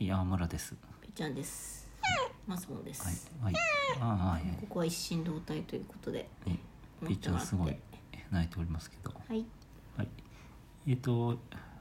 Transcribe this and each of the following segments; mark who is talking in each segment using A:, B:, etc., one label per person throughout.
A: 山村です。
B: ぺっちゃんですマスモンです、
A: はい、はい、ああ、
B: ここは一心同体ということで
A: ええ、ピッチャーすごい泣いておりますけど。
B: はい
A: はい、えっ、と、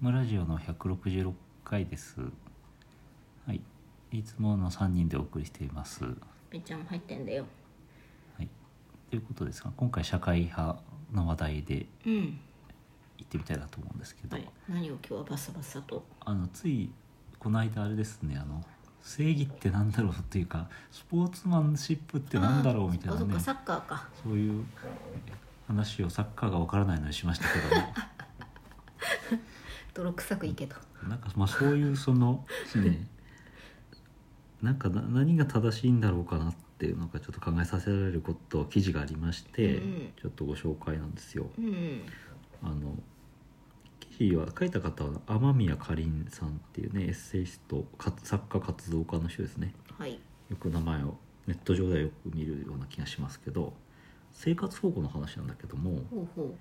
A: ムラジオの166回です。はい、いつもの三人でお送りしています。は
B: ぺっちゃん入ってんだよ
A: い、ということですが、今回社会派の話題で
B: うん
A: 行ってみたいなと思うんですけど。
B: はい何を今日はバサバサと
A: あのついこの間あれですねあの正義ってなんだろうっていうかスポーツマンシップってなんだろうみたいな
B: あーそっ
A: ね
B: かそっかサッカーか
A: そういう話をサッカーがわからないのにしましたけど も
B: 泥臭くいけと
A: なんかまあそういうそのねなんかな何が正しいんだろうかなっていうのがちょっと考えさせられること記事がありまして、
B: うんうん
A: ちょっとご紹介なんですよ。
B: うんうん
A: あの記事は書いた方は雨宮かりんさんっていうねエッセイストか作家活動家の人ですね。
B: はい
A: よく名前をネット上ではよく見るような気がしますけど生活保護の話なんだけども
B: ほうほ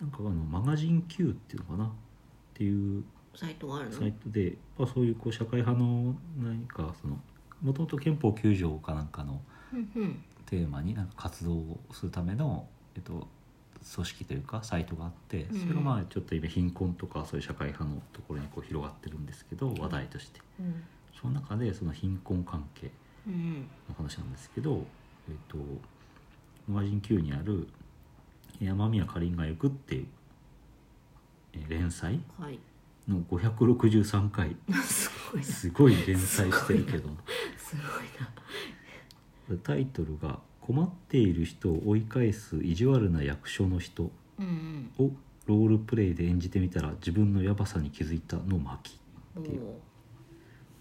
A: なんかあのマガジン Q っていうのかなっていう
B: うサイトがあるの
A: サイトで、まあ、そういうこう社会派の何かそのもともと憲法9条かなんかの
B: うんうん
A: テーマになんか活動をするための、えっと、組織というかサイトがあって
B: うん
A: それがまあちょっと今貧困とかそういう社会派のところにこう広がってるんですけど話題として
B: うん
A: その中でその貧困関係
B: うん
A: の話なんですけど、えっとマガジン Q にある「山宮かりんが行く」っていうえー連載
B: はい
A: の563回
B: すごいなす
A: すごい連載してるけど
B: ごいな
A: タイトルが「困っている人を追い返す意地悪な役所の人
B: うん」
A: をロールプレイで演じてみたら自分のやばさに気づいたの巻
B: うんも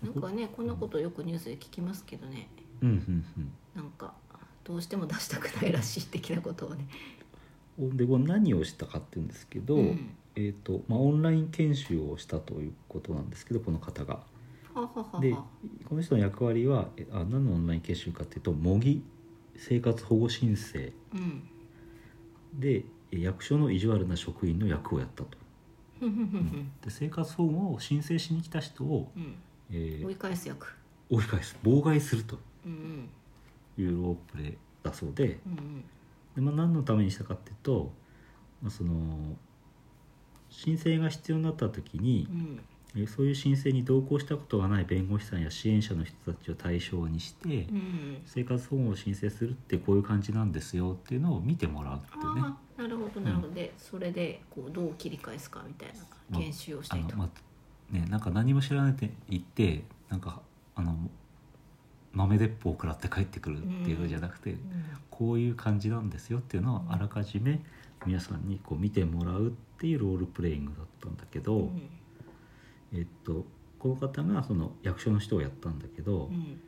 B: うなんかねこんなことよくニュースで聞きますけどね
A: うんうんうん
B: なんかどうしても出したくないらしい的なことをね
A: でこれ何をしたかっていうんですけど、
B: うん
A: えーとまあ、オンライン研修をしたということなんですけどこの方が。
B: ははは
A: で
B: は
A: この人の役割はえあ何のオンライン研修かっていうと模擬生活保護申請
B: うん
A: でえ役所の意地悪な職員の役をやったと。
B: ふんふんふんふん
A: で生活保護を申請しに来た人を、
B: う
A: え
B: ん
A: ー
B: 追い返す役
A: 追い返す妨害すると
B: うんうん
A: いうロープレイだそうで
B: うんうん
A: で、まあ、何のためにしたかっていうと、まあ、その申請が必要になった時に
B: う、ん
A: えそういう申請に同行したことがない弁護士さんや支援者の人たちを対象にして、
B: うん
A: 生活保護を申請するってこういう感じなんですよっていうのを見てもらうっていうね
B: ああなるほどなるほどでそれでこうどう切り返すかみたいな研修をし
A: あ
B: たい
A: の
B: と
A: まあねなんか何も知らないって言ってなんかあの豆鉄砲を食らって帰ってくるっていうのじゃなくて、
B: うん
A: こういう感じなんですよっていうのをあらかじめ皆さんにこう見てもらうっていうロールプレイングだったんだけど、
B: うん
A: えっとこの方がその役所の人をやったんだけど、
B: うん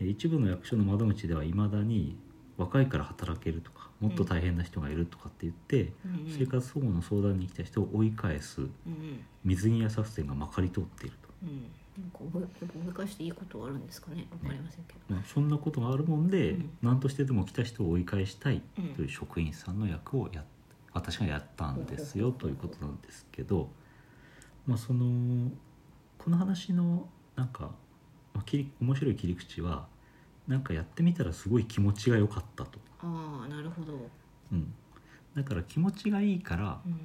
A: え一部の役所の窓口ではいまだに若いから働けるとかもっと大変な人がいるとかって言って。
B: うんうん
A: 生活保護の相談に来た人を追い返す
B: うんうん
A: 水際作戦がまかり通っている
B: うんなんか思い思い返していいことはあるんですかねわかりませんけど
A: と、まあ、そんなことがあるもんで、
B: うん
A: 何としてでも来た人を追い返したい
B: うん
A: という職員さんの役をやっ私がやったんですよということなんですけど、まあ、そのこの話のなんか、まあ、切り面白い切り口はなんかやってみたらすごい気持ちが良かったと、
B: ああなるほど
A: うん、だから気持ちがいいから
B: うん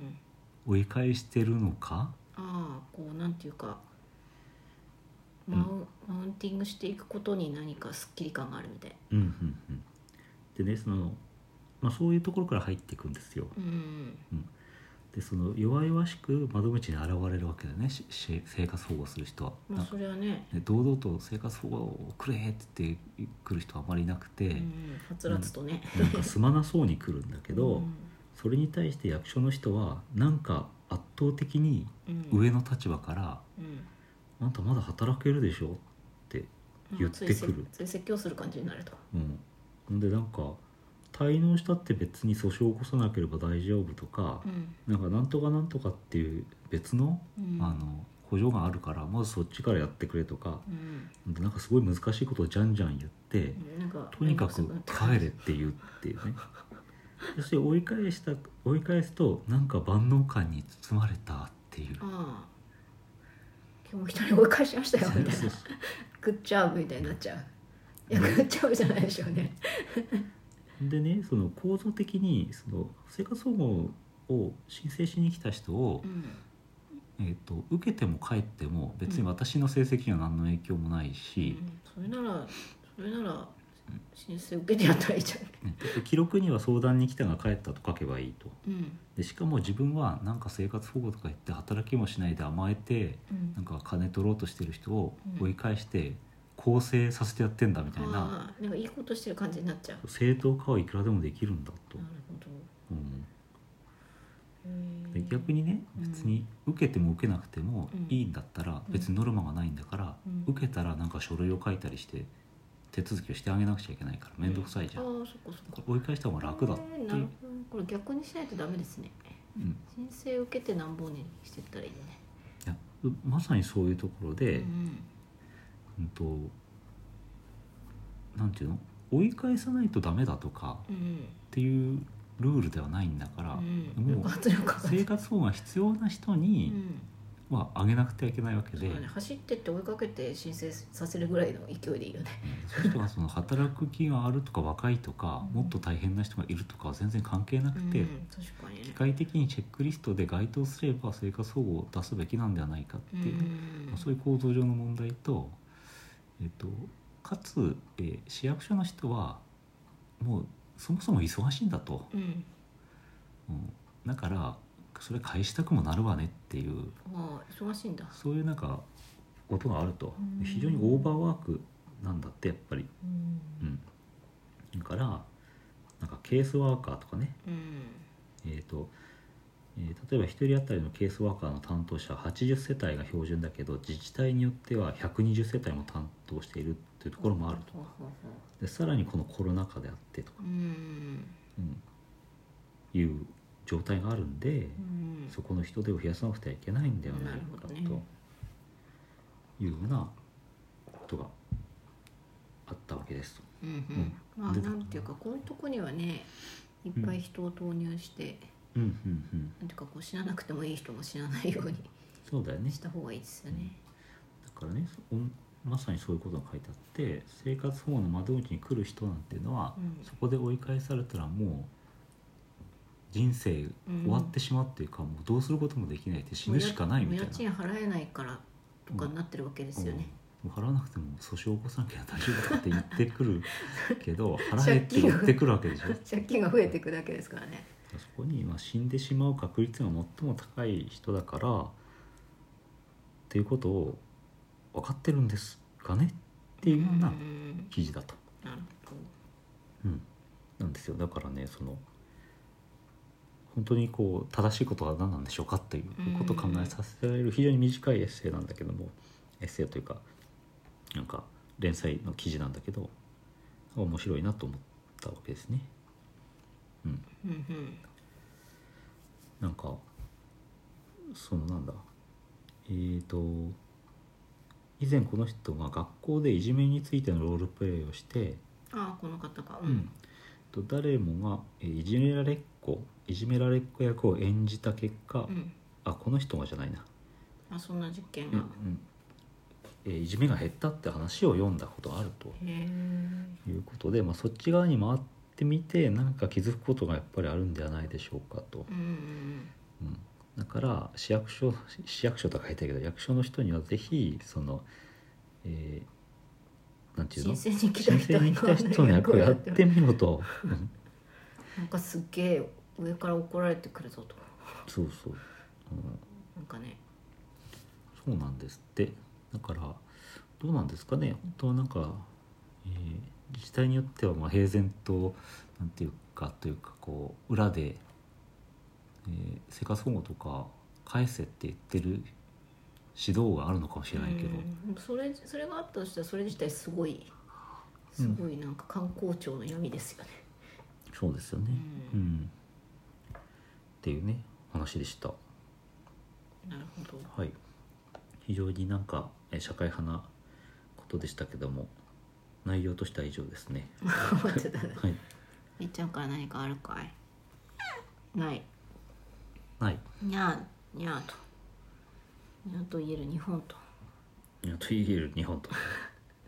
A: 追い返してるのか
B: ああこうなんていうかマウ,、マウンティングしていくことに何かスッキリ感があるみたい
A: うんうんうん、でねその、まあ、そういうところから入っていくんですよ。
B: うん
A: でその弱々しく窓口に現れるわけだよねしし生活保護する人は。
B: ま
A: な
B: あ
A: んか
B: それはね、
A: ね堂々と生活保護をくれって言ってくる人はあまりいなくて、
B: うん、はつらつとね、
A: なんかすまなそうに来るんだけど、
B: うん
A: それに対して役所の人はなんか圧倒的に
B: うん
A: 上の立場から
B: うん
A: 「あんたまだ働けるでしょ」って、言ってくる
B: ついつい説教する感じになると
A: うん、ほんでなんか滞納したって別に訴訟を起こさなければ大丈夫とか、
B: うん
A: なんかなんとかなんとかっていう別の,、
B: うん
A: あの補助があるからまずそっちからやってくれとか
B: うん
A: なんかすごい難しいことをじゃんじゃん言って、
B: なんか
A: とにかく帰れっ
B: れ
A: て言うっていうね そして追い返した追い返すとなんか万能感に包まれたっていう
B: ああ今日も一人追い返しましたよみたい
A: そう
B: な
A: そう
B: グッジョブみたいになっちゃういやグッジョブじゃないでしょうね
A: でねその構造的にその生活保護を申請しに来た人を
B: う、ん
A: えー、と受けても帰っても別に私の成績には何の影響もないし、
B: それならそれなら申請受けてやったらいいじゃ
A: ね記録には相談に来たが帰ったと書けばいいと
B: んうん
A: でしかも自分はなんか生活保護とか言って働きもしないで甘えて
B: うん
A: なんか金取ろうとしてる人を
B: うん
A: 追い返して更生させてやってんだみたいな、
B: ああなんかいいことしてる感じになっちゃう
A: 正当化はいくらでもできるんだと
B: なるほど
A: 思う。
B: へー
A: で逆にね
B: うん
A: 別に受けても受けなくても
B: うん
A: いいんだったら
B: うん
A: 別にノルマがないんだから
B: うん
A: 受けたらなんか書類を書いたりして手続きをしてあげなくちゃいけないから面倒くさいじゃ
B: あ
A: ん
B: あそっかそっか
A: 追い返した方が楽だっ
B: え
A: て
B: ー
A: い
B: なる
A: う、
B: ほどこれ逆にしないとダメですね
A: うん、
B: 申請受けてなんぼねしてったらいいね
A: いやうまさにそういうところで、
B: うん
A: うんとなんていうの追い返さないとダメだとか
B: うんう
A: っ
B: ん
A: ていうルールではないんだから、
B: うん、よ
A: もう
B: かったよかった
A: 生活保護が必要な人
B: う
A: に
B: ん
A: はあげなくてはいけないわけ
B: そ
A: で、
B: うだね、走ってって追いかけて申請させるぐらいの勢いでいいよね
A: その人がその働く気があるとか若いとか
B: うん
A: もっと大変な人がいるとかは全然関係なくて、
B: うん、確かに
A: 機
B: ね
A: 械的にチェックリストで該当すれば生活保護を出すべきなんではないかっていう、まあそういう構造上の問題と,、えっとかつ、えー市役所の人はもうそもそも忙しいんだと、
B: うん、うん
A: うん、だからそれ返したくもなるわねっていう
B: ああ忙しいんだ
A: そういうなんかことがあると
B: うん
A: 非常にオーバーワークなんだってやっぱり。
B: うん
A: うん、だからなんかケースワーカーとかね、
B: うん
A: えーとえー例えば1人当たりのケースワーカーの担当者80世帯が標準だけど自治体によっては120世帯も担当しているっていうところもあると
B: ほうほうほ
A: でさらにこのコロナ禍であってとか、
B: ううん
A: うんいう状態があるんで、
B: うん
A: そこの人手を増やさなくてはいけないんではないかと
B: な
A: い
B: るほどね
A: うようなことがあったわけですと。
B: うんうんまあ
A: で
B: なんていうかこういうとこにはねいっぱい人を投入して、
A: うんうんうん、
B: なんていうかこう死ななくてもいい人も死なないように
A: そうだよね
B: した方がいいですよね。
A: だからねそおまさにそういうことが書いてあって生活保護の窓口に来る人なんていうのは、
B: うん
A: そこで追い返されたらもう人生終わってしまうっていうか、もうどうすることもできないって死ぬしかないみたい
B: も
A: な
B: う家。賃払えないからとかになってるわけですよね。
A: うんもう払わなくても訴訟を起こさなきゃ大丈夫とかって言ってく るけど払えって言ってくるわけでしょ
B: 借金が増えていくだけですからね。
A: そこにまあ死んでしまう確率が最も高い人だからっていうことを分かってるんですかねっていうような
B: うん
A: 記事だと、
B: なるほ
A: うん、なんですよだからねその本当にこう正しいことは何なんでしょうかっていうことを考えさせられる非常に短いエッセイなんだけどもエッセイというかなんか連載の記事なんだけど面白いなと思ったわけですね。うん、
B: ど。うんうん
A: なんかそのなんだえー、と以前この人が学校でいじめについてのロールプレイをして
B: ああこの方が。う
A: うんん。と誰もがえーいじめられっ子いじめられっ子役を演じた結果、
B: うん。
A: あこの人がじゃないな、
B: まあそんな実験
A: うんう
B: が。
A: んえーいじめが減ったって話を読んだことがあると
B: へえ。
A: いうことで、まあ、そっち側に回ってみてなんか気づくことがやっぱりあるんではないでしょうかと
B: う、んうん
A: うん、だから市役所市役所とか書いてあるけど役所の人にはぜひその、えーなんてい
B: うん。
A: うの
B: 申請に来た
A: 申請
B: 人
A: に来た人の役をやってみろと。うん
B: なんかすっげえ上から怒られてくるぞと。
A: そうそう、うん、
B: なんかね。
A: そうなんですってだからどうなんですかね本当はなんか、えー自治体によってはまあ平然となんていうかというかこう裏で、えー生活保護とか返せって言ってる指導があるのかもしれないけど、
B: うんそれそれがあったとしたらそれ自体すごいすごいなんか観光庁の闇ですよね。
A: そうですよね、
B: う
A: うんんっていうね話でした。
B: なる ほど。
A: はい、非常になんかえー社会派なことでしたけども内容としては以上ですね。
B: 待ってた
A: はい
B: めっちゃんから何かあるかいない
A: はい
B: にゃーにゃーとにゃーと言える日本と
A: やっと言える日本と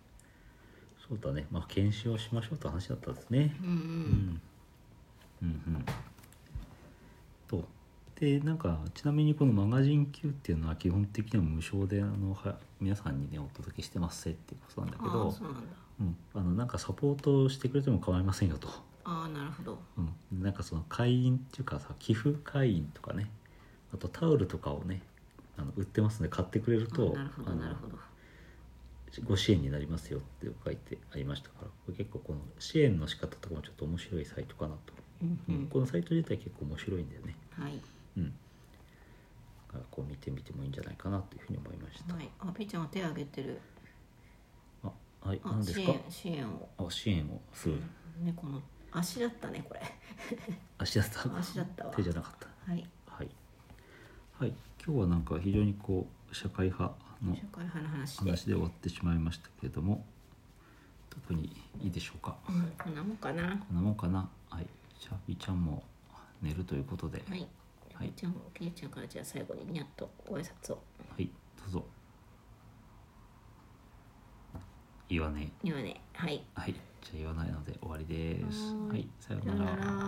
A: そうだねまあ検証しましょうと話だったんですね
B: うんう
A: うんんうんうんとでなんかちなみにこのマガジン Q っていうのは基本的には無償であのは皆さんにねお届けしてますっていうことなんだけ
B: ああ
A: ど
B: そうなんだ
A: うん、あのなんかサポートしてくれても構いませんよと、
B: ああなるほど
A: うん、なんかその会員っていうかさ寄付会員とかねあとタオルとかをねあの売ってますんで買ってくれると
B: あなるほ
A: あ
B: ど
A: の
B: なるほど
A: ご支援になりますよって書いてありましたからこれ結構この支援の仕方とかもちょっと面白いサイトかなと、
B: うんう
A: うん
B: ん
A: このサイト自体結構面白いんだよね
B: はい
A: うんだからこう見てみてもいいんじゃないかなというふうに思いました、
B: はいあペイちゃんは手を挙げてる
A: あはい
B: あ
A: 何です
B: 支
A: か
B: 援支援を
A: あ支援をする
B: 猫の足だったねこれ
A: 足だった
B: 足だったわ
A: 手じゃなかった
B: はい
A: はい、はい、今日はなんか非常にこう社会派の
B: 社会派の話で
A: 話で終わってしまいましたけれども特にいいでしょうか
B: うんこんなもんかなは
A: こんなもんかなはいシャーピーちゃんも寝るということではい、
B: い
A: はい
B: ペイちゃんペイちゃんからじゃあ最後にニャッとご挨拶を
A: どうぞ言わね
B: 言わねはい
A: えはいじゃあ言わないので終わりです
B: はーい
A: はいさよう
B: さよ
A: な
B: な
A: ら
B: ら